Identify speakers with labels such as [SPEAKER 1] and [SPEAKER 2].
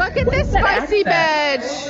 [SPEAKER 1] Look at this spicy bitch.